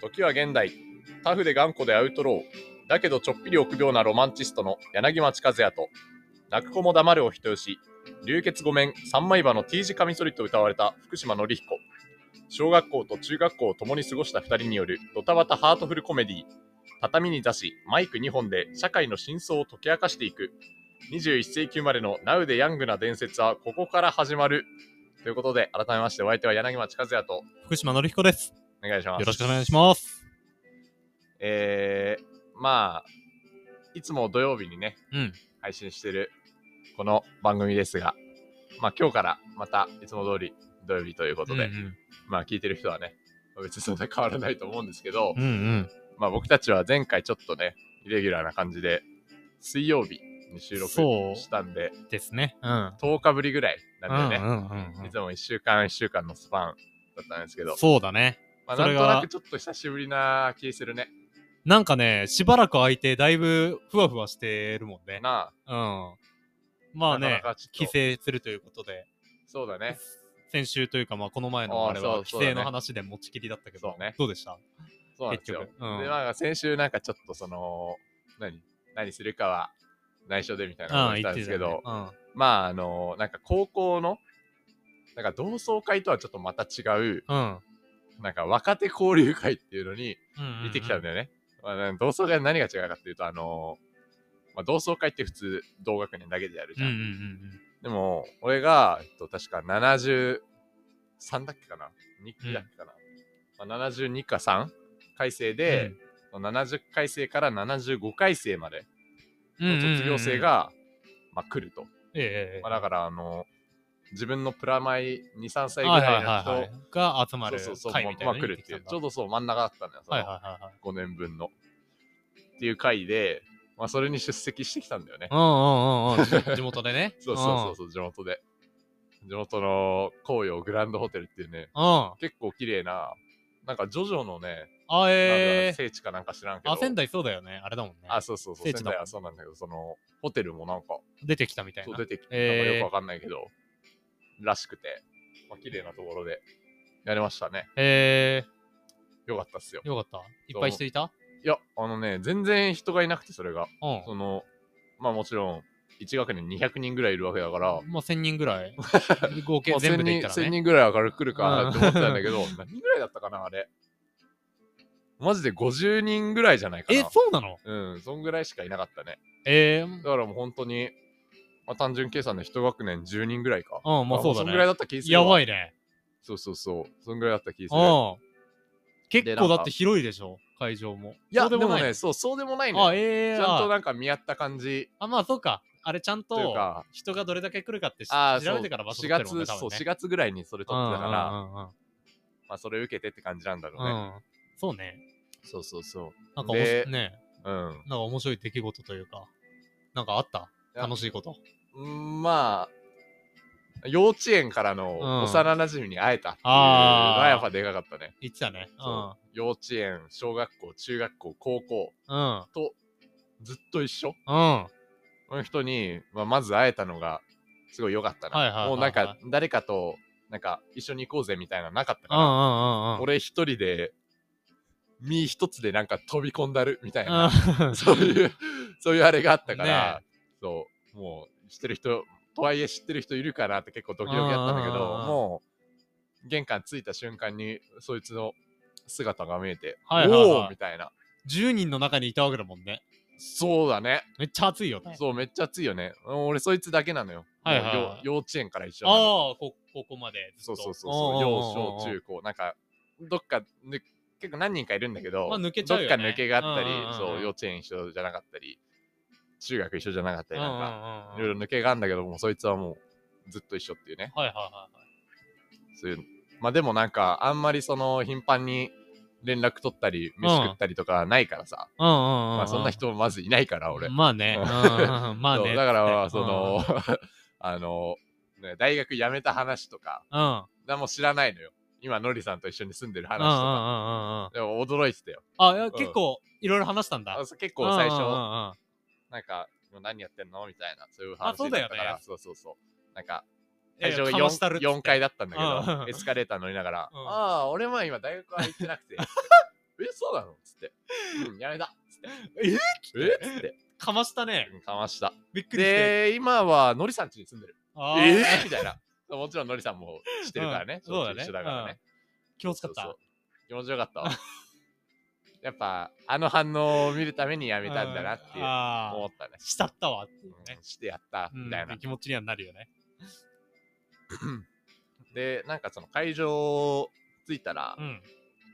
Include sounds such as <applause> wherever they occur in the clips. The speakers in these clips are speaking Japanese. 時は現代タフで頑固でアウトローだけどちょっぴり臆病なロマンチストの柳町和也と泣く子も黙れを人よし流血御免三枚刃の T 字カミソリと歌われた福島紀彦小学校と中学校を共に過ごした2人によるドタバタハートフルコメディ畳に座しマイク2本で社会の真相を解き明かしていく21世紀生まれのナウでヤングな伝説はここから始まるということで改めましてお相手は柳町和也と福島のりひこです。お願いしますよろしくお願いします。えー、まあいつも土曜日にねうん。配信してるこの番組ですがまあ今日からまたいつも通り土曜日ということで、うんまあ聞いてる人はね別にそんな変わらないと思うんですけど、うん。うんまあ僕たちは前回ちょっとねイレギュラーな感じで水曜日に収録そうしたんでうん。ですね。うん。 10日ぶりぐらいうんなんでね、うんうんいつも1週間1週間のスパンだったんですけうどん。、そうだね。まあ、そなんれとがなくちょっと久しぶりな気するね。なんかね、しばらく空いて、だいぶふわふわしてるもんね。なあ、うん。まあなねかなかちょっ、と帰省するということで、そうだね。先週というか、まあこの前のあれあはあそう帰そうだね省の話で持ちきりだったけそどうね、どうでしたそうなんですよ結。局うんで、まあ先週なんかちょっとその、何何するかは内緒でみたいなう話ん、したん言っでてすたけよど、ね。うん。まああの、なんか高校の、なんか同窓会とはちょっとまた違う、うん。なんか若手交流会っていうのにうん行ってきたんだよね。まあ、同窓会の何が違うかっていうと、あのまあ、同窓会って普通同学年だけでやるじうんゃうんん。うんうん。でも、俺が、えっと、確か73だっけかな ?2 だっけかな、まあ、?72 か 3? 回生で、70回生から75回生までうん、の卒業生うんうんうん、が、まあ、来ると。ええまあ、だから、あの自分のプラマイ2、3歳ぐはいはいらいはいはのい。が集ま人、るそうそうそう、会みたいまなあの来るに行ってていきたう、んだちょうどそう真ん中だったんだよ。そのはいはいはいはい。 5年分の。っていう回で、まあ、それに出席してきたんだよねう。んうんうんうん。地 <laughs> 地元でね <laughs> 。そうそうそうう。そう、地元で。地元の紅葉グランドホテルっていうね、うん。あ結構綺麗な、なんかジョジョのね、なんえかー。聖地かなんか知らんけど。あ、仙台そうだよね。あれだもんね。あ、そうそうそう、聖仙地だ台もんはそうなんだけど、その、ホテルもなんか、出てきたみたいそうな。出てきて、えーなんかよくわかんないけど、らしくて、まあ、綺麗なところでやれましたね。えよかったっすよー。。よかった。いっぱい人いたいや、あのね、全然人がいなくて、それが。うそん。の、まあもちろん、1学年200人ぐらいいるわけだから、まあ1000人ぐ <laughs> らい。合計まあ、全部でい1000った人ら1000ね。人ぐらい明るく来るかなって思ってたんだけど、何人ぐらいだったかな、あれ。マジで50人ぐらいじゃないかな。え、そうなのうん、そんぐらいしかいなかったね。えー。だからもう本当に、まあ、単純計算で一学年10人ぐらいか。うん、まあそうだそんぐらいね。だった気するやばい。いね。そうそうそう。そんぐらいだった気すうる。ん。結でなん構かだって広いでしょ会場も。いや、そでうもないね、そう、そうでもないあ、ね。ちえゃえんとなんか見合った感じあ、まあそうか。あれちゃんというとか、人がどれだけ来るかってしああ、調そう、べてから場所4取ってるもんね。月、多そう、分ね4月ぐらいにそれ撮ってたから、うんうんうんうんまあそれ受けてって感じなんだろううね。ん。そうね。そうそうそなんかおもでしね、う。うん。なんか面白い出来事というか、なんかあったいや楽しいこと。うんまあ、幼稚園からのうん幼馴染に会えたっていうのあがーやっぱでかかったね。言ってたね。うんそ。う幼稚園、小学校、中学校、高校うん。とずっと一緒うん。はの人に、まあ、まず会えたのがすごい良かったな。はいはいはいはいもうなんか誰かとなんか一緒に行こうぜみたいなのなかったうかんうら、んうんうん。俺一人で身一つでなんか飛び込んだるみたいな、う <laughs> ん。そういう、そういうあれがあったから、ねそう、もう知ってる人、とはいえ知ってる人いるかなって結構ドキドキだったんだけど、うんうんうんうんもう玄関着いた瞬間にそいつの姿が見えて、はいはいはいおーみたいな。 10人の中にいたわけだもんね。そうだね。めっちゃ熱いよね。そう、めっちゃ熱いよね。うん俺、そいつだけなのよ。はいはいはいもう幼幼稚園から一緒なの。ああ、こ、ここまで。ずそうっとそうそうそう。うんうん幼うんうん少中高。なんか、どっかぬ、結構何人かいるんだけど、まあ抜けちゃうよねどっか抜けがあったり、うんうんうんうんそう、幼稚園一緒じゃなかったり、中学一緒じゃなかったうんりうなんんか。うんいろいろ抜けがあるんだけども、そいつはもうずっと一緒っていうね。はいはいはそういう。まあでもなんか、あんまりその頻繁に連絡取ったり、飯食ったりとかないからさ。いはい。うんうんうん。まあそんな人もまずいないから、俺。まあね。ううんんうんまあそね。うだからまあ、うんその、 <laughs> あの、ね大学辞めた話とか、うん。うん何も知らないのよ。今、のりさんと一緒に住んでる話うんうんとうんか。うんうん。でも驚いてたよ。あ、いや結構いろいろ話したんだあ。そう結構最うんうんうん初、うんなんか、今何やってんのみたいな、そういう話あそうだよだねったから、そうそうそう。なんか、いや会い場やがかました 4, るっつって階だったんだけうんどう、んエスカレーター乗りながら、うん <laughs> ああ、俺も今大学は行ってなくて、え、そうなのつって。うん、やめた。つって。ええつって。かましたね。うんかました。びっくりして。で、今は、のりさん家に住んでる。あーえーみたいな。もちろん、のりさんも知ってるからね。うんそうだね一緒だからね。気持ちよかそうっそう。気持ちよかったわ。やっぱ、あの反応を見るためにやた。めたんだなっていうあ思あ。ったね。したったわっていうねうん。してやった、みたいなうん、。気持ちにはなるよね。で、なんかその会場着いたらう、ん。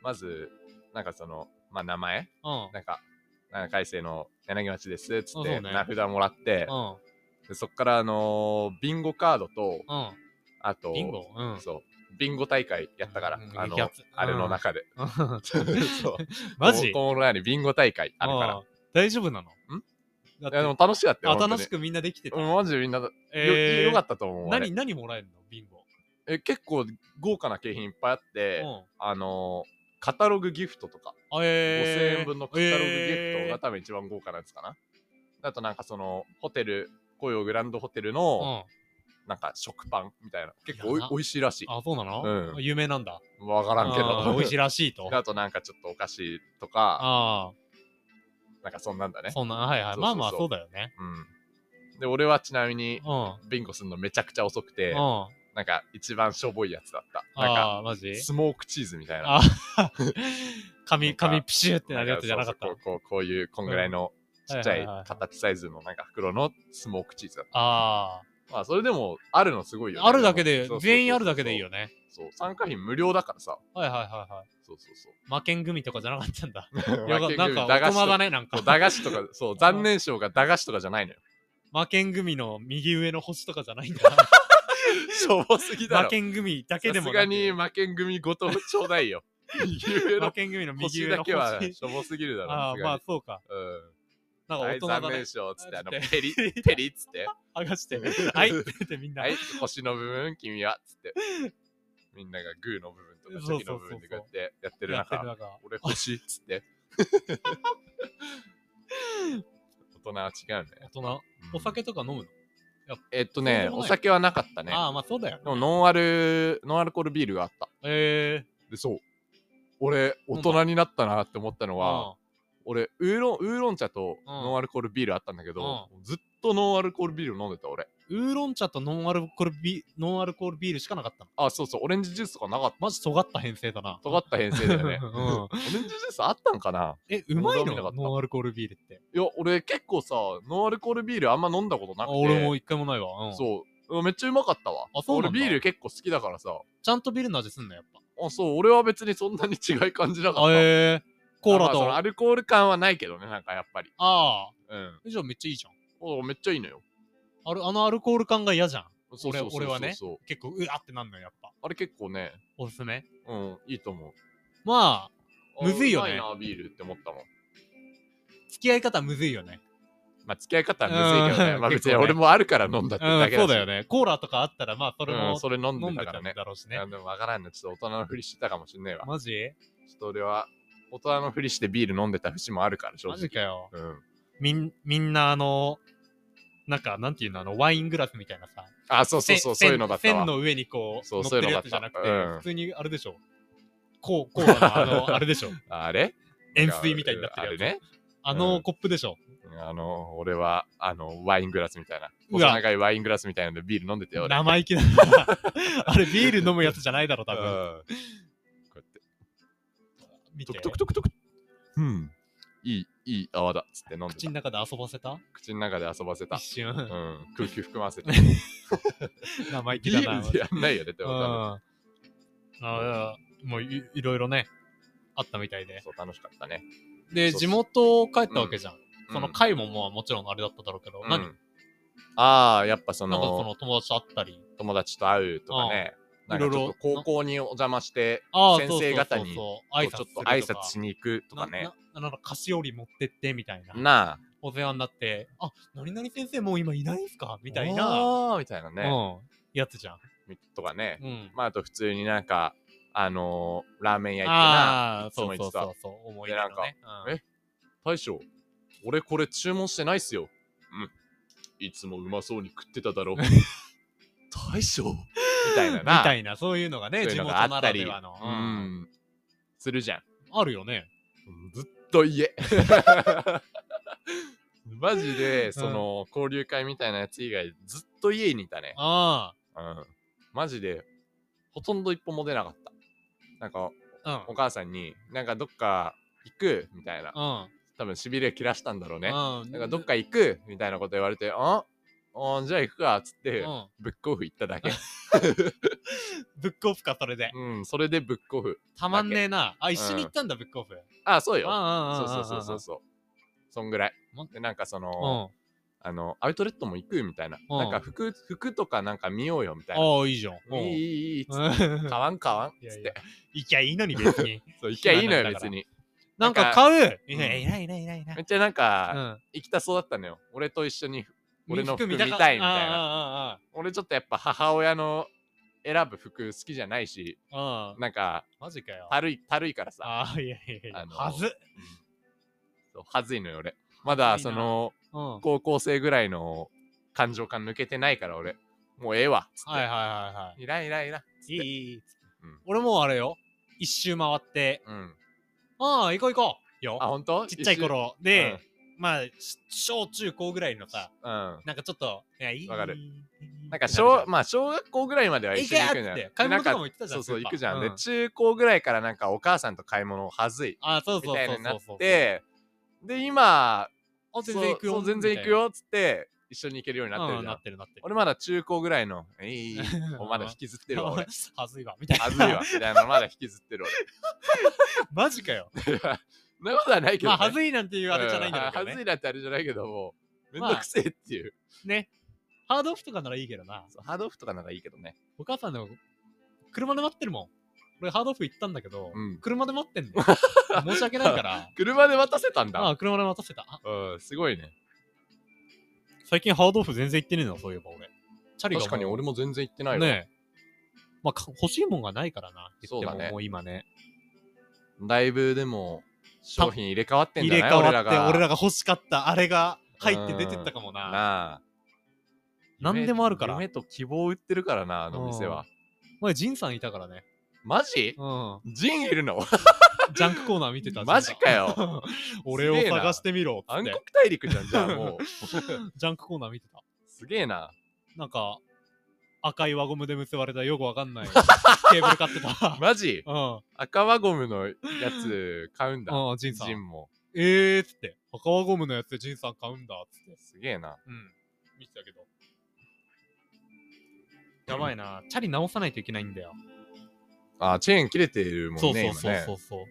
まず、なんかその、まあ名前、うん。なんか、なんか改正の柳町です、つっあそて、うね名札もらってう、ん。でそっからあのービンゴカードと、うん。あと、ビンゴうん。そう、ビンゴ大会やったから、うんあの激アツうん、あれの中で。 <laughs> <laughs> そう。マジ高校のようにビンゴ大会あるから。うん大丈夫なのだっいやでもて楽しかったあよ。楽し本くみんなできて当た。に。うんマジでみんな、よよかったと思う。あれ何、何もらえるのビンゴ。え結構豪華な景品いっぱいあっうて、ん。あのーカタログギフトとか、あえ5000ー円分のカタログギフトえが多分一番豪華なやつかな。あとなんかその、ホテル、雇用グランドホテルの、ーなんか食パンみたいな。結構いおやいな美味しいらしうん。あ、そうなのうん有名なんだ。い。わからんけあーど。。美味しいらしいと <laughs> あとなんかちょっとお菓子とか、あなんかそんなんだあ、ね。そんな、はいはい。そうそうそうまあまあ、そうだよね。うん。で、俺はちなみに、うん。うん。ビンゴするのめちゃくちゃ遅くて、あなんか一番しょぼいやつだった。なんかあー、<laughs> マジスモークチーズみたいな。あ髪、なん髪かピシュってなるやつじゃなかったん。そうそうこうこうこういうこんぐらいのちっちゃはいいはいはい形サイズのなんか袋のスモークチーズだっあた。まあそれでもあるのすごいよね。あ。あるだけでそうそうそう、そう全員あるだけでいいよ。ね。そう、参加費無料だからさ。はいはいはいはい。そうそ魔剣組とかじゃなかったんだ。うそう。 <laughs> よかった。なんか大人だね、なんそうか。駄菓子とか、そう、残念賞が駄菓子とかじゃ <laughs> ないのよ。魔剣組の右上の星とかじゃない <laughs> んだ。しょぼすぎだ魔ろ。剣組だけでさもすながく。に負けん組ごとちょうだいよ。 <laughs> 右上魔の剣組の右星上だ <laughs> のけ星。はしょぼすぎるだろ。あさすあ、がにまあそうか。うん。なんかは大い、人だ残ね念。賞っつって、あの、つってペリ、 <laughs> ペリっつって、剥 <laughs> がして。はいって言ってみんな。はい、星の部分、君は、つって、みんながグーの部分とか、チそうョキの部分でこうやってやってるやって中、る中。俺星っつって。 <laughs> 大人は違うね。大人、お酒とか飲むの、えっとそうでね、もおない酒はなかったね。ああ、まあそうだよねで。も、ノンアル、ノンアルコールビールがあった。えで、そう。俺、大人になったなって思ったのー。は、俺、ウーロン、ウーロン茶とノンアルコールビールあったんだけど、ずっとノンアルコールビール飲んでた、俺。うんウーロン茶とノンアルコールビノンアルコールビールしかなかったの。あ、そうそう、オレンジジュースとかなかった。マジ尖った編成だな。。尖った編成だよね <laughs> うんオレンジジュースあったんかなえ、うま俺い飲めなかのったノンアルコールビールって。いや、俺結構さ、ノンアルコールビールあんま飲んだことなあくて。俺も一回もないわ、うん。そう。めっちゃうまかったわ。あそうなんだ俺ビール結構好きだからさ。ちゃんとビールの味すんの、やっあ、そう、俺は別にそんなに違い感じなかぱ。った。あえー。コーラまあそと。のあアルコール感はないけどね、なんかやっぱり。あうん。ー。じゃあめっちゃいいじゃん。おめっちゃいいのよ。あるあのアルコール感が嫌じゃん。そうそうそうそう俺はねそう結構、うわってなんのよ、やっぱ。あれ結構ね、おすすめ。うん、いいと思う。まあ、あむずいよねうまいな、ビールって思ったもん。付き合い方むずいよね。まあ、付き合い方はむずいけどね。うんまあ、別に結構ね俺もあるから飲んだってうだん、けだし。そうだよね。コーラとかあったら、まあ、それうもん、それ飲ん飲んででたかたらんね。だろうしいやね。でも分からんね。ちょっと大人のふりしてたかもしんねえわ。マジちょっと俺は大人のふりしてビール飲んでた節もあるから、正マ直ジ。かよ。うん。みん、みんなあの、なんか、なんていうの、あの、ワイングラスみたいなさ。あ、そうそうそう、せそういうのだった線わ。の上にこう、そう乗ってるやつじそうゃいうのだっなたくて、うん普通にあれでしょ。こう、こうだな、あ <laughs> の、あれでしょ。あれ円錐みたいになってるやつ。あれね。あうのんコップでしょ。あの、俺は、あの、ワイングラスみたいな。うわ細長いワイングラスみたいなのでビール飲んでたよ。俺生意気だな。 <laughs> あれ、ビール飲むやつじゃないだろ、多分。うんこうやって。見てトクトクトクトク。うん。いい、いい泡だ。つって飲んで口たの中で遊ばせた口の中で遊ばせた一。瞬、うん。空気含ま <laughs> せて。生意気ビだな。ールでやんないよねってうんことだねああもういいろいろね、あったみたいで。そう、楽しかったね。で、そう地元帰ったわけじゃん。そのうん会ももうもちろんあれだっただろうけど、うん何ああ、やっぱそなんかその、の友達と会ったり。友達と会うとかね。うなんんかちょっといろい高ろ校にお邪魔して、ああ、先生方にそうこそううちょそうっとそう挨挨拶するとか拶しに行くとかね。なななんか菓子折り持ってってみたいな。なあ。お世話になって、あ、何々先生もう今いないんすかみたいな、な。みたいなね。うん、やつじゃん。とかね。うん。まあ、あと普通になんか、あのー、ラーメン屋行ってな。ああ、つもそう言そっうてたそうそう、思い出のね。うんえ大将、俺これ注文してないっすよ。うん。いつもうまそうに食ってただ <laughs> ろ。大将みたいな <laughs> みな。たいな、そういうのそがうね、いう地の元があなったらり。ではの。うんするじゃん。あるよね。ずっと家。 <laughs> マジで、その、交流会みたいなやつ以外、ずっと家にいたね。あうん。マジで、ほとんど一歩も出なかった。なんか、あ、お母さんに、なんかどっか行くみたいな。うん。多分、しびれ切らしたんだろうね。うん。なんかどっか行くみたいなこと言われて、ああじゃあ行くかっつってう、ん。ブックオフ行った <laughs> だけ。ブックオフか、それで。うん、それでブックオフ。たまんねえな。あ、一緒に行ったんだ、ブックオフ。あ、そうよ。あそあうそうそうそうそう。そんぐらいま。で、なんかそあの、ああの、アウトレットも行くみたいな。うんなんか服、服とかなんか見ようよみたいな。ああ、いいじゃん。いいいいいいっつって。うん買わん買わんっいつやっいてや。 <laughs> 行きゃいいのに別に。 <laughs> そう、行きゃいいのよ、暇なんだ別からに。なんか買ううんいやいないいないいないいなめっい。ちゃなんうか、ん。行きたそうだったのよ。俺と一緒に、俺の服見見たたいいみたみたいいな。な。俺ちょっとやっぱ母親の選ぶ服好きじゃないし、うん。なんか、マジかよ。たるい、たるいからさ。ああ、いやいやいあや。のはず。そうはずいのよ、俺。まだ、はずいそなの、うん。はい高校生ぐらいの感情感抜けてないから、俺。もうええわ。つって。はいはいはいらんいらんいらん。い。いいいいいい。うん俺もうあれよ。一周回って、うん。ああ、行こう行こう。あ、よ。ほんとちっちゃい。頃で、まあ、し小中高ぐらいのさ、一緒うん。なんかちょっと、いやいいわかる。なんってなかるじゃ小、まあ、小学校ぐらいまでは一緒に行くんだ行けよって。買い物とかも行ってたじゃんそうそう、ス行ーパーくじゃん。でう、ん中高ぐらいからなんかお母さんと買い物をはずい。ああ、そうみそうたいそうになそうっそう。て、で、今、あ、全然行くそよ。う全然行くよ、っつって、一緒に行けるようにみたいなってるじゃな。うんなっん。てるなってる。俺まだ中高ぐらいの、え <laughs> いいいい、おまだ引きずってるわ、俺。はずいわ、みたいな。はずいわ、みたいな、まだ引きずってるマジかよ。俺。 <laughs> そんなことはないけど、まね。あ、はずいなんていうあれじゃないんだろうけうどはずね。いなってあれじゃないけども、めんどくせえっていう。ね。ハードオフとかならいいけどな。そうハードオフとかならいいけどね。お母さんでも、車で待ってるもん。俺、ハードオフ行ったんだけど、うん車で待ってん <laughs> の。申し訳ないから。車で渡せたんあだ。あ、車で待たせた。あうん、すごいね。最近ハードオフ全然行ってねえな、そういえば俺。チャリがもう確かに俺も全然行ってないわ。ねえ。まあ、か欲しいもんがないからな。言ってそうも、だねもう今ね。だいぶでも、商品入れ替わってん入じゃれない替わって、俺ら俺が。らが欲しかった、あれが入って出てったかもなな。あ。何でもあるから夢。と希望を売ってるからな、あの店は。前、ジンさんいたからね。マジ <laughs> うん。ジンいるのジャンクコーナー見てた。 <laughs> マジかよジンさん。 <laughs> 俺を探してみろっつっ暗て黒。大陸じゃん、じゃあもう。 <laughs> ジャンクコーナー見てた。すげえな。なんか、赤い輪ゴムで結ばれたよくわか <laughs> んないケーブル買って <laughs> た。マジうん。赤輪ゴムのやつ買うんだ。うん、ジンさジん。ンも。えーっつって。赤輪ゴムのやつでジンさん買うんだっつって。すげえな。うん。見てたけど。やばいな。チャリ直さないといけないんだよ。あ、チェーン切れてるもんね。そうそうそうそうそう。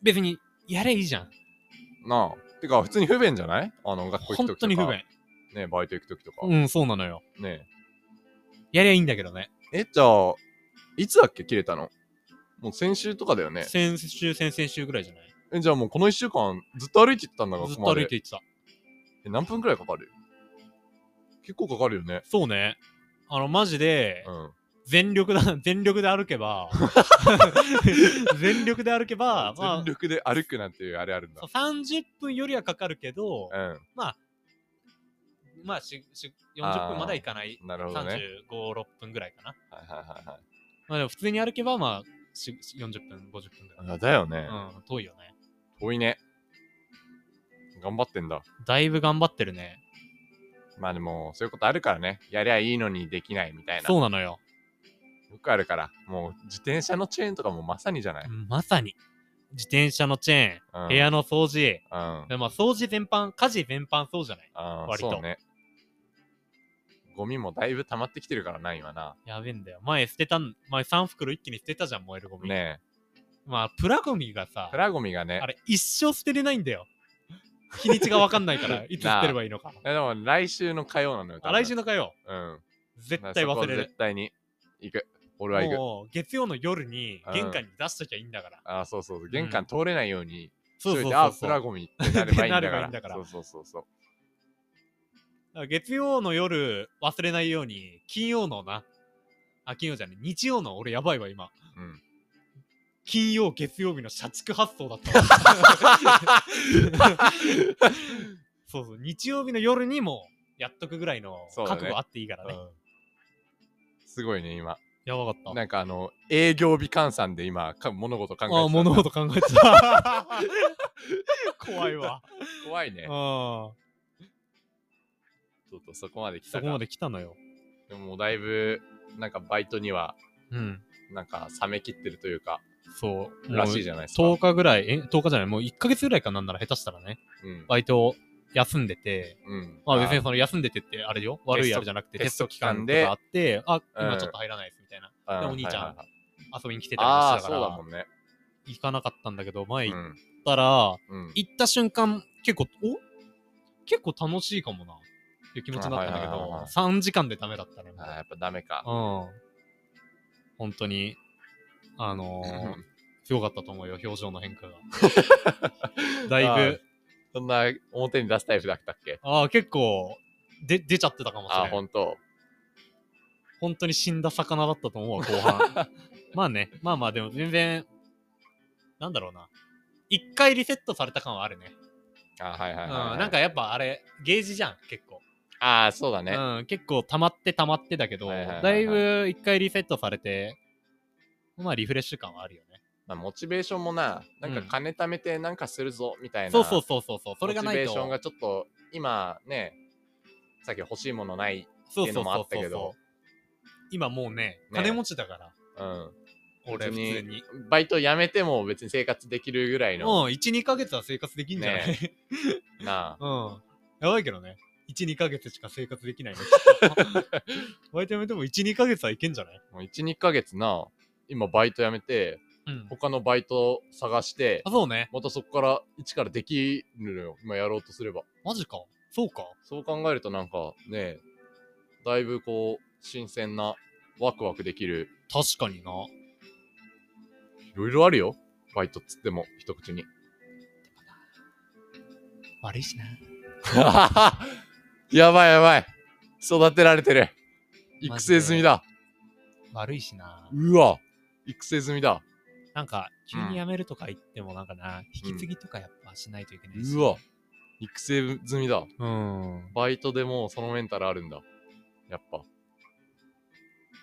別に、やれいいじゃ今ん。ねなあ。てか、普通に不便じゃないあの、学校行本くときとか。当に不便。。ねバイト行くときとか。うん、そうなのよ。ねやりゃいいんだけどね。え、じゃあ、いつだっけ切れたのもう先週とかだよね。先週、先々週ぐらいじゃないえ、じゃあもうこの一週間ずっと歩いて行ったんだ、ずっ学校とま歩でいて行ってた。え、何分くらいかかる結構かかるよね。そうね。あの、マジで、うん。全力だ、 <laughs> 全力で歩 <laughs> けば、全力で歩けば、まあ全、力で歩くなんていうあれあるんだそう。30分よりはかかるけど、うまあ、しし40分まではいかない。ん。なるほどね。 35、6分ぐらいかな。はいはいはいはいまあでも普通に歩けば、まあ、しし40分、50分ぐらい。あ。だよね。うん、遠いよね。遠いね。頑張ってんだ。だいぶ頑張ってるね。まあでも、そういうことあるからね。やりゃいいのにできないみたいな。そうなのよ。よくあるから。もう、自転車のチェーンとかもまさにじゃない、まさに。自転車のチェーン、うん、部屋の掃除、うん。うん。でまあ掃除全般、家事全般そうじゃない割とそうね。ゴミもだいぶ溜まってきてるからな、今な。やべえんだよ。前捨てたん、前3袋一気に捨てたじゃん、燃えるゴミ。ねまあ、プラゴミがえ。さプ、ラゴミがねあ。れ、一生捨てれないんだよ。日にちがわかんない <laughs> から、いつ捨てればいいのか。えでも、来週の火曜なのよ。多あ分来週の火曜、うん。絶対忘れそこる。絶対に。行く。俺は行く。もう、月曜の夜にうん玄関に出しときゃいいんだから。あそうそう。玄関通れないように。そうしといそうてそうあ、プラそう。ゴミってなればいいんだ <laughs> ってなればかいいら。んだからそうそうそうそう。月曜の夜、忘れないように、金曜のな、あ、金曜じゃね日曜の、俺やばいわ、今。 <laughs> うん。金曜、月曜日の社畜発想だったわ。 <laughs> そうそう、日曜日の夜にも、やっとくぐらいのそうだね覚悟あっていいからね。すごいね、今。やばかった。なんかあの、営業日換算で今、か物事考えてたああ、物事考えてた。 <laughs> 怖いわ。怖いうねん。。そちょっとそこまで来たこかま。で来たのよ。でももうだいぶ、なんかバイトには、うん。なんか冷めきってるというか、そう。らしいじゃん。ゃないですか。 10日ぐらい、え、10日じゃない、もう1ヶ月ぐらいかなんなら下手したらね、うん。バイトを休んでて、うん。まあ別にその休んでてってあれよ、悪いあれじゃなくてテテスストト期期間間とでかあって、あ、うん今ちょっと入らないですみたいな。あーお兄ちゃんはいはいはい遊びに来てたりもあしあ、てそたうかだらも、んね。行かなかったんだけど、前う行っん。たら、うん。行った瞬間、結構、お結構楽しいかもな、っていう気持ちになったんだけあはいはいはいどはい、 3時間でダメだったね。もうあーやっぱダメか。うん。本当に、あのーうんすごかったと思うよ、表情の変化が。 <laughs> だあいーぶ、そんな表に出すタイプだったっけああ、結構、で、出ちゃってたかもしれあなあ、い。ほんと。本当に死んだ魚だったと思うわ、<laughs> 後半。まあね、まあまあ、でも全然、なんだろうな。一回リセットされた感はあるね。あーはいはいうん、はいはい。なんかやっぱあれ、ゲージじゃん、結構。ああ、そうだね。うん、結構溜まって溜まってだけど、はいはいはいはいだいぶ一回リセットされて、まあリフレッシュ感はあるよね。まあ、モチベーションもな、なんかうん金貯めてなんかするぞみたいな、そうそうそうそうそう、それがモなチベいーと。ションがちょっと今ね、さっき欲しいものない、そていうのもあったけど今もうね、ね金持ちだから、うん、俺、普別に通に。バイト辞めても別に生活できるぐらいの、もう1、2ヶ月は生活できんじゃない、ねなあ、うん。やばいけどね。1、2ヶ月しか生活できな <laughs> いね。バイトやめても1、2ヶ月はいけんじゃないもう1、2ヶ月な、今バイト辞めて、うん。他のバイト探してあ、、そうね。またそこから一からできるのよ、今やろうとすれば。マジか。そうか。そう考えるとなんかね、だいぶこう、新鮮な、ワクワクできる、確かにな。いろいろあるよ、バイトっつっても、一口に。悪いしな。 <laughs> やばいやばい。育てられてる。育成済みだ。悪いしな。うわ。育成済みだ。なんか、急に辞めるとか言ってもなんかな、引き継ぎとかやっぱしないといけないし。うわ。。育成済みだ。うん。バイトでもうそのメンタルあるんだ。やっぱ。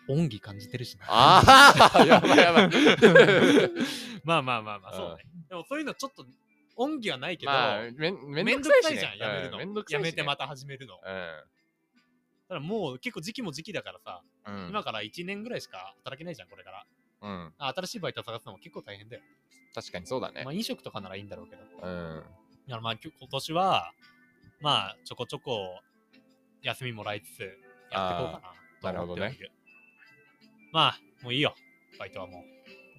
恩義感じてるしな。あ <laughs> あやばいやばい。まあまあまあまあ、うんそうね。でもそういうのちょっと、恩義はないけど、まあ、めんめめんんどどくくささいいし、じゃん、ね。やめるうんの。めんどくさやいし、ね。めてまた始めるの。だからもう結構時期も時期だからさ、うん。うん。今から1年ぐらいしか働けないじゃん、これから。うん。あ新しいバイト探すのも結構大変だよ。確かにそうだねま。あ飲食とかならいいんだろうけど。だかうん。らまあきょ今年は、まあちょこちょこ休みもらいつつやっていこうかなと思ってはあーないる。るほまあ、もういいよ。バイトはも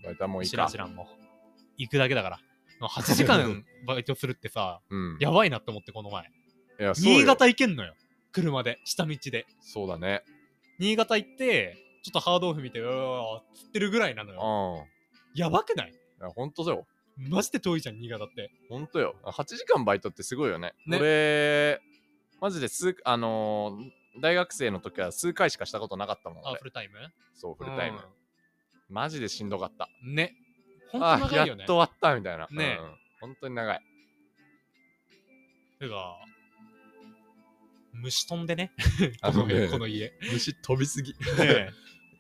う。バイトはもういい知らかん知。らんもう行くだけ <laughs> だからもう8時間バイトするってさうん。やばいなって思ってこの前いや、そうよ新潟行けんのよ車で下道でそうだね。新潟行ってちょっとハードオフ見てうわーっつってるぐらいなうのん。いよやばくないや、ほんとだよ。マジで遠いじゃん新潟ってほんとよ。8時間バイトってすごいよね。ね俺、マジです、あのー大学生の時は数回しかしたことなかったもん。あ俺フルタイムそう、フルタイム。マジでしんどかった。うんねほんとあー長いやよねっと終わったみたいな。ねうん本当に <laughs> 長い。てか虫飛んでねあこのね家この家ね虫飛びすぎ。 <laughs> え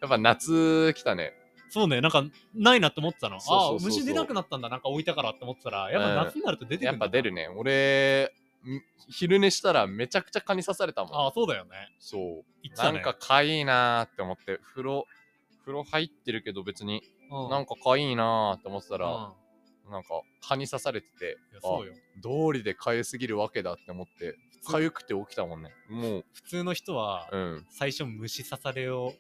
やっぱ夏来たね。そうね、なんか、ないなって思ってたの。そうそうそうそうああ、虫出なくなったんだ、なんか置いたからって思ってたら、やっぱ夏になると出てくやるっんだぱ出るね。俺、ん昼寝したらめちゃくちゃ蚊に刺されたもん。ああ、そうだよね。そう。言なってたんね。か蚊いいなーって思って、風呂、風呂入ってるけど別にうん、なんか蚊いいなーって思ってたうん、ら、なんか蚊に刺されてていや、そうよ。道理で痒すぎるわけだって思って普通痒くて起きたもんねもう普通の人は、うん最初虫刺されを、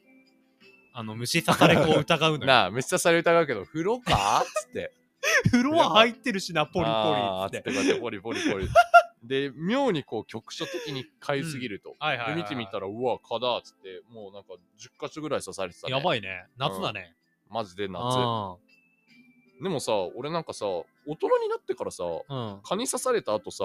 あの、虫刺され子を疑うのよ。なあめっちゃされ疑うけど風呂かっつって風呂は入ってるし <laughs> な、ポリポリあーっつっつこて。うやってポリポリ <laughs> ポリで妙にこう局所的に痒すぎると、はいはい、ではい。見てみたらうわ蚊だっつってもうなんか10箇所ぐらい刺されてた、ね、やばいいね。夏だね。マジで夏あでもさ俺なんかさ大人になってからさーうん。蚊に刺された後さ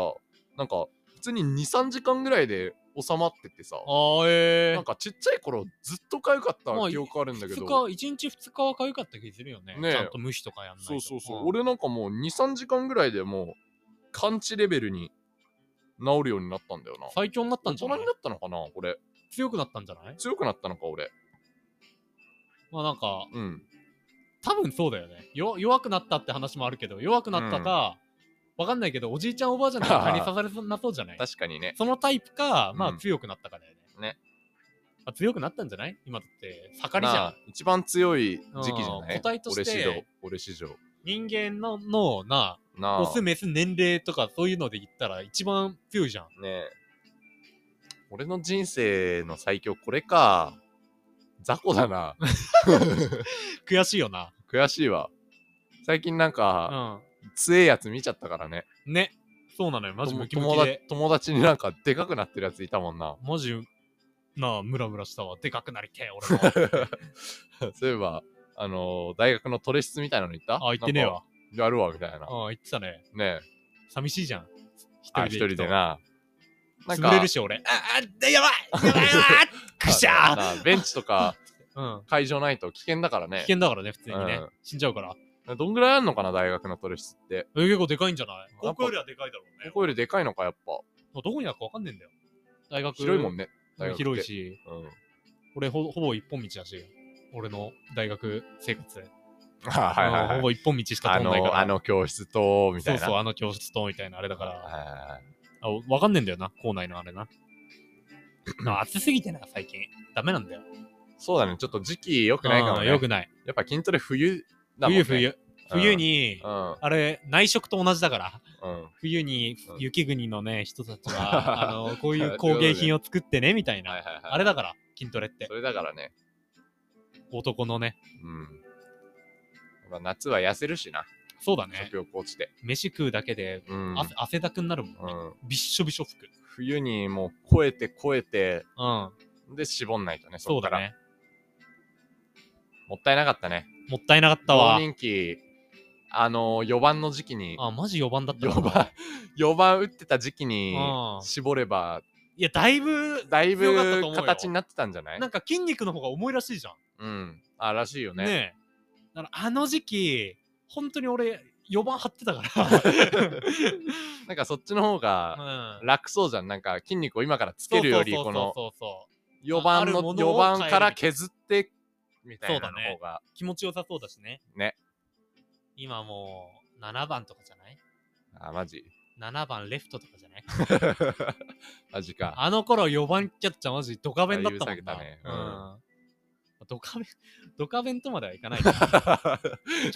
なんか普通に23時間ぐらいで収まっててさああ、ええなんかちっちゃい頃ずっと痒かったまあ記憶あるんだけど、 2日、一日二日は痒かった気するよね。ねえちゃんと虫とかやんないと。そうそうそう、ん俺なんかもう23時間ぐらいでもう感知レベルに治るようになったんだよな最強になった大んじ人ゃないになったのかな俺強くなったんじゃない強くなったのか俺まあなんか、うん多分そうだよねよ弱くなったって話もあるけど弱くなったか、わかんないけど、おじいちゃんおばあちゃん <laughs> とか蚊に刺されそうなそうじゃない確かにね。そのタイプか、うまあん強くなったかだよね。ねまあ強くなったんじゃない今だって、盛りじゃん。まあ、一番強い時期じゃなうんい個体として俺史上。俺史上。人間の脳な、なあ。オス、メス、年齢とかそういうので言ったら一番強いじゃん。ねえ俺の人生の最強、これか。雑魚だ <laughs> な。悔しいよな。悔しいわ。最近なんか、強えやつ見ちゃったからね。うん。ね。そうなのよ。マジムキム友キ達で。友達になんかでかくなってるやついたもん <laughs> な。マジ、なあ、ムラムラしたわ。でかくなりてえ、俺も。 <laughs> そういえば、あのー大学のトレ室みたいなの行ったあ、言ってねえ。わ。なんかやるわ、みたいな。うん、言ってたね。ねえ。寂しいじゃん。一あ人で。一人で。な。なんか潰れるし、俺。あ、あ、でやばいやばいやば <laughs> いくしあゃなあベンチとかーうん。会場ないと危険だから危ね。険だからね、普通にねうん。死んじゃうから。どんぐらいあんのかな、大学のトレ室って。え結構でかいんじゃないぱ高校よりはでかいだろうね。ここよりでかいのか、やっぱ。もうどこにあるかわかんねえんだよ。大学。広いもんね。大学って広い。し。うん。俺ほほぼ一本道だし、俺の大学生活。あはいはいはうんほい。ぼ一本道しかあ通んないから。の、あの教室と、みたいな。そうそう、あの教室と、みたいなあれだかはいら。はいはいあわかんねえんだよな、校内のあれな。 <laughs> あ暑すぎてな、最近。ダメなんだよ。そうだね。ちょっと時期良くないかもね。よくない。やっぱ筋トレ冬だもん冬、ね。冬。冬にう、ん。あれ、内職と同じだから。うん。うん。冬にうん雪国のね、人た <laughs> ちが、あの、こういう工芸品を作ってね、みたいはいはいな。はい。あれだから、筋トレってそ。れだからね。男のね。うん。まあ、夏は痩せるしな。そうだね食。欲落ちて。飯食うだけで、うん。汗汗だくになるもんうね。ん、びっしょびしょ服。冬にもう超えて超えて、うん。で、絞んないとね。そっうかだらね。もったいなかったね。もったいなかった大わ。人気、あの4番の時期に、あ、マジ4番だったな4番、4番打 <laughs> ってた時期にうん絞れば、いや、だいぶ、だい強かったと思ぶうよ形になってたんじゃないなんか筋肉の方が重いらしいじゃん。うん。あ、らしいよね。ねえ。だからあの時期、本当に俺、4番張って <laughs> たから。なんかそっちの方がうん。楽そうじゃん。なんか筋肉を今からつけるより、そうこそうそうのそうそう4番あるの、もの4を番から削って、みたいなのそうだね方が。気持ちよさそうだしね。ね。今もう、7番とかじゃないあ、マジ <laughs> ?7 番レフトとかじゃないマジか。あの頃4番キャッチャーマジドカベンだったもだいんぶ下な。げたねううんん。ドカベン、ドカベンとまではいかないけ <laughs> ど。ち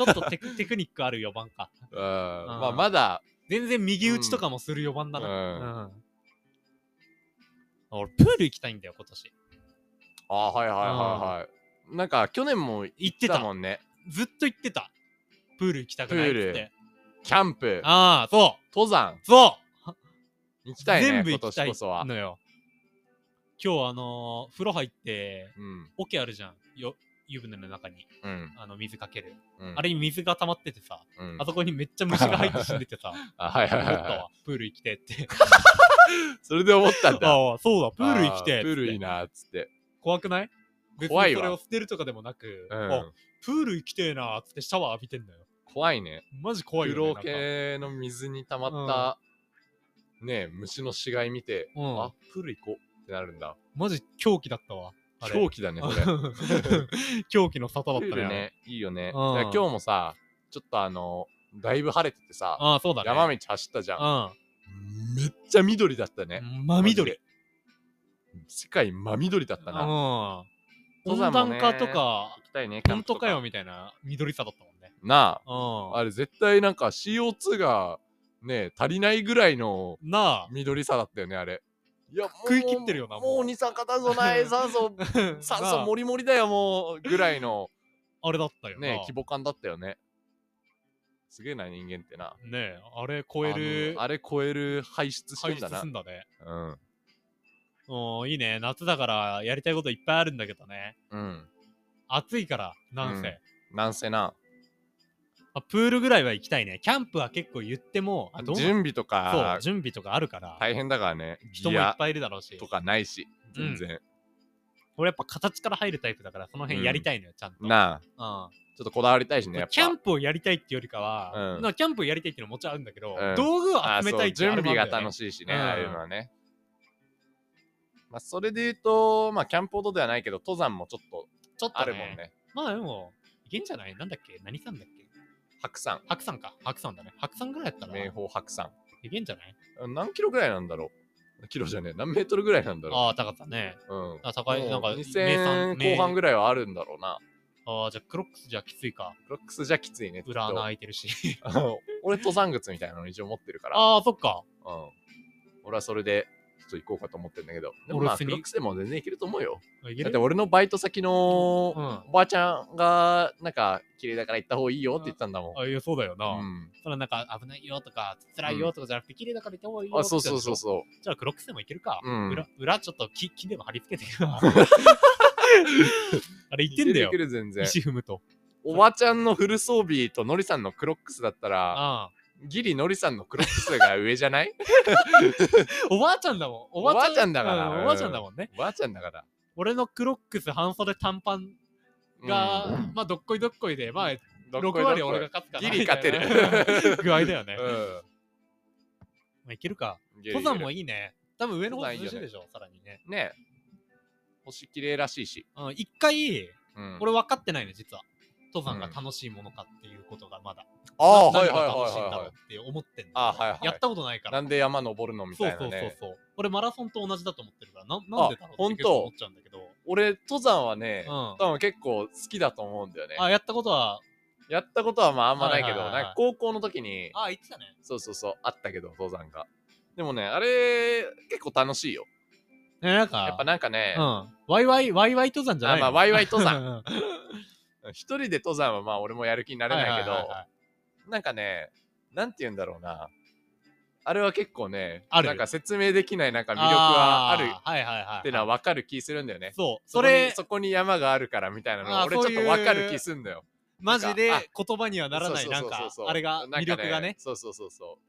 ょっとテクテクニックある4番か。うん。まあ、まだ、全然右打ちとかもする4番だうんな。うん。俺、プール行きたいんだよ、今年。あ、はいはいはいはい。なんか去年も行行っっててたた。もんね。ずっと言ってた。プール行きたくないっつっプーて。キャンプ、ああ、そ登山、うそう行きたいね、全部今行きた年いこそは。のよ。今日、あのー、風呂入って、うん。桶あるじゃん。よ湯船の中に、うん。あの、水かける。うんあれに水が溜まっててさ、うんあそこにめっちゃ虫が入って死んでてさ、 <laughs> あ、はいはい思っはたいはわ。プール行きてって。い。それで思ったんだ。ああ、そうだ、プール行きてあっつって。プールいいな、つって。怖くない別に怖いわそれを捨てるとかでもなく、うあん。プール行きてえなーっつってシャワー浴びてんだよ。怖いね。マジ怖い風よ、呂ね。なんか系の水に溜まった、ねえ、虫の死骸見て、うんあ、プール行こうってなるんだ。マジ狂気だったわ。あれ狂気だね、そ <laughs> れ。狂気の沙汰だプっーたルね。ね、いいよね。だうんから今日もさ、ちょっとあの、だいぶ晴れててさ、ああ、そうだね。山道走ったじゃん。うめっちゃ緑だったね。ん。真緑。うん。世界真緑だったな。温登山も暖ね化とか、きたいね、キャン本プと当かよみたいな緑さだったもんね。なあ、うあれ絶対なんか CO2 がね、足りないぐらいのん。なあ。緑さだったよね、あれ。いや、もう食い切ってるよなもうもう二酸化炭素 <laughs> ない、酸素、 <laughs> 酸な素あもりもりだよ、もう、ぐらいのあれだったよな。ね、規模感だったよね。すげえな、人間ってな。ねえ、あれ超えるあのあれ超える排出して排んだ出なす。んだね。うん。うん、いいね。夏だからやりたいこといっぱいあるんだけどね。うん。暑いから、なんせ。うんなんせな、まあプールぐらいは行きたいね。キャンプは結構言っても、あどう準備とそうか、準備とかあるから、大変だからね。人もギいアっぱいいるだろうしと。かないし、う全ん然。俺やっぱ形から入るタイプだから、その辺やりたいのよ、ちゃんと。なあ、うん。ちょっとこだわりたいしね、やっぱ。キャンプをやりたいっていうよりかは、うんまあキャンプをやりたいっていうのももちろんあるんだけど、うん道具をあ集めそたういってい準うのもあ備るがんだよね楽しいしね、うんああいうのはね。まあ、それで言うと、まあ、キャンプほどではないけど、登山もちょっとちょっと、ね、あるもんね。まあでも、いけんじゃないなんだっけ何さんだっけ白山。白山か。白山だね。白山ぐらいやったら、名い峰白山。けんじゃない何キロぐらいなんだろうキロじゃねえ。何メートルぐらいなんだろああ、高かったね。ううん。あ高い、なんか、 2000後半らい。ぐらいはあるんだろうな。ああ、じゃあクロックスじゃきついか。クロックスじゃきついね。裏穴ない。開いてるし。俺登山靴みたいなの一応持ってるから。 <laughs> ああ、そっか。うん。俺はそれで、ちょっと行こうかと思ってんだけど。でも俺まあ、別クにロックスでも全然行けると思うよ。いけだっるて俺のバイト先のうおん。あばあちゃんが、なんか、綺麗だから行った方がいいよって言ったんだもん。いや、そうだよな。うん、そのなんか危ないよとか、辛いよとかじゃなくて、綺麗だから行った方がいいよあってそ言うったそでうしそょうそじゃあクロックスでもいけるか。う。うん。裏、裏ちょっと木木でも貼り付けて <laughs> けばあれ言ってんだよいけ。るいける全然。石踏むと。おばちゃんのフル装備とノリさんのクロックスだったら、ああギリノリさんのクロックスが上じゃないおばあちゃんだもん。おおばあちゃんだからうおばあちゃんだもんね。おばあちゃんだから。俺のクロックス半袖短パンが、うんまあどっこいどっこいで、まあどっこいどっこ6い割俺が勝つかなギリ勝てるみたいな <laughs> 具合 <laughs> だよね。うまんあいけるか。ギリギリ。登山もいいね。多分上の方登山いいよ涼しねいでしょ、さらにね。ねえ。星綺麗らしいし。うん、一回、うん、俺分かってないの、実は。登山が楽しいものかっていうことがまだ。ああ、なはいはい何はがい楽しいんだはいろうはって思ってんのあはいはいやったことないかい。ら。なんで山登るのみそたういなね。そうそうそう。俺マラソンと同じだと思ってるから、ななんでだろうって結あ構ほ思んとっちゃうんだけど。俺、登山はね、うん多分結構好きだと思うんだよね。あ、やったことは、やったことはまああんまないけど、はいはいはいはいなんか高校の時に、あ、言ってたね。そうそうそう、あったけど、登山が。でもね、あれ、結構楽しいよ。ねなんか、やっぱなんかね、うん。ワイワイ、ワイワイ登山じゃなあいまあ、のワイワイ登 <laughs> 山。山。一人で登山はまあ、俺もやる気になれないけはいはいはいはど、なんかね、なんて言うんだろうな。あれは結構ね、あるなんか説明できないなんか魅力はあるっーはいはいはい。てのは分かる気するんだよね。そう。そそれれそ、こに山があるからみたいなのあー俺ちょっそういとう分かる気すんだよ。マジでなんか言葉にはならない、そうそなうんそうそうかそう、あれなが、ん魅か力がね。そうそうそうそ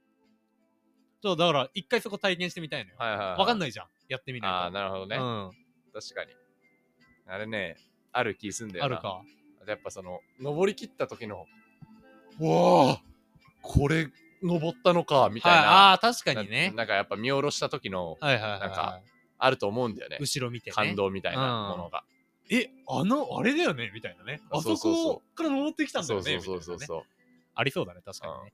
そう、だから、一回そこ体験してみたいのよう。。はいはい、はい。わかんない。ないじゃん。やってみないと。ああ、なるほどね。うん。確かに。あれね、ある気すんだよあな。る。か。やっぱその、登り切った時の、わあこれ、登ったのか、みたいはい、な。ああー、確かにねな。なんかやっぱ見下ろした時の、はいはいはいはい。なんかあると思うんだよね。後ろ見てね。感動みたいなものが。え、あの、あれだよねみたいなね。ああそうそそうそうこから登ってきたんだそようねそみうたいそうそうなね。そう。ありそうだね、確かにね。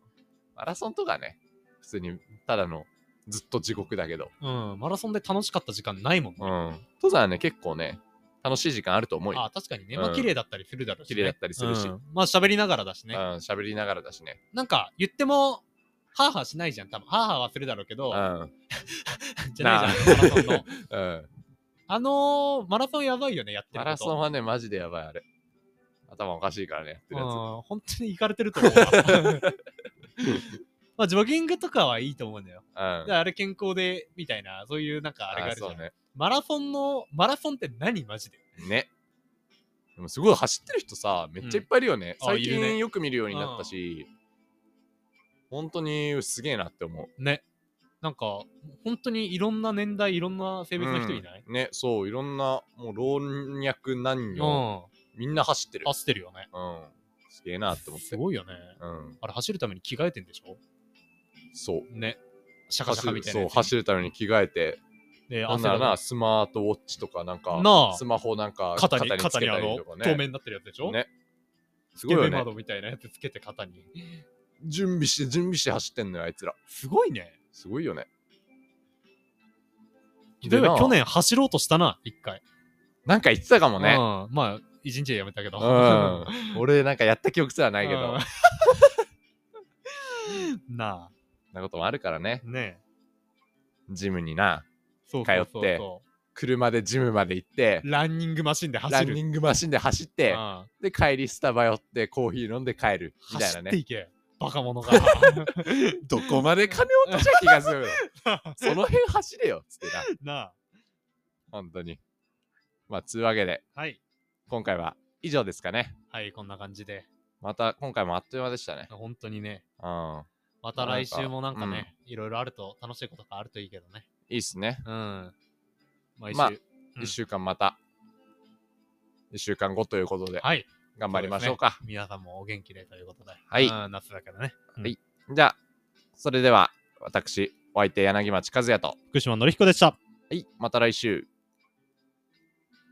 マラソンとかね、普通に、ただの、ずっと地獄だけど。うん、マラソンで楽しかった時間ないもんうね。ん。登山はね、結構ね、楽しい時間あると思うよ。あ確かにね。まうあ、ん綺麗だったりするだろうし、ね。綺麗だったりするしうんまあ、喋りながらだしうん、ね。喋りながらだしね。なんか、言っても、ハーハーしないじゃん、多分。ハーハーはするだろうけうど、ん。じゃないじゃん、マラソンの。うん。あのー、マラソンやばいよね、やってること。マラソンはね、マジでやばい、あれ。頭おかしいからね、やってるやつ。うん、本当に行かれてると思うわ。 <laughs> まあ、ジョギングとかはいいと思うんだよ。うん。であれ健康で、みたいな、そういうなんかあれがあるじゃんそう。ね。マラソンの、マラソンって何マジでね。でもすごい走ってる人さ、めっちゃいっぱいいるよね。うんあ最いる近ねよく見るようになったし、本当にすげえなって思う。ね。なんか、本当にいろんな年代、いろんな性別の人いないうんね、そう、いろんな、もう老若男う女、ん。みんな走ってる。走ってるよね。うん。すげえなって思っすて。ごいよね。うん。あれ走るために着替えてんでしょそう。ね。シャカシャ走カみるたいなそうやつ。走るために着替えて、で、なん汗ならな、がスマートウォッチとか、なんかな、あスマホなんか肩に、つ肩けにたありのとか、ね。透明になってるやつでしょね。すスごケいよベね。窓みたいなやつつけて肩に。準備して、準備して走ってんのよ、あいつら。すごいね。すごいよね。例えでなば去年走ろうとしたな、一回。なんか言ってたかもうん。ね。まあ、一日でやめたけど。うん。俺、なんかやった記憶すらないけど。うん。 <laughs> ななこともあるからねあ、。ねえ。ジムにな、そう通そうってそうそ車でジムまで行ってう。、ランニングマシンで走ラる。ンニングマシンで走って、うんで、帰りスタバ寄って、コーヒー飲んで帰る。みたい走なってね。いけ、バカ者が。 <laughs> どこまで金落とした気がす <laughs> るのその辺走れよ、つってな。な本当に。まあ、つうわけで、あ。はい。今回は以上ですかね。はい、こんな感じで。また、今回もあっという間でしたね。本当にね、うん。また来週もなんかなんかね、いろいろあると、楽しいことがあるといいけどね。いいっすね。うん。毎週。まあうん一週間また、一週間後ということで、はい。頑張りましょうか。そうですね皆さんもお元気でということで。はいうん夏だからね。じゃあ、それでは、私、お相手、柳町和也と、福島のりひこでした。はい、また来週。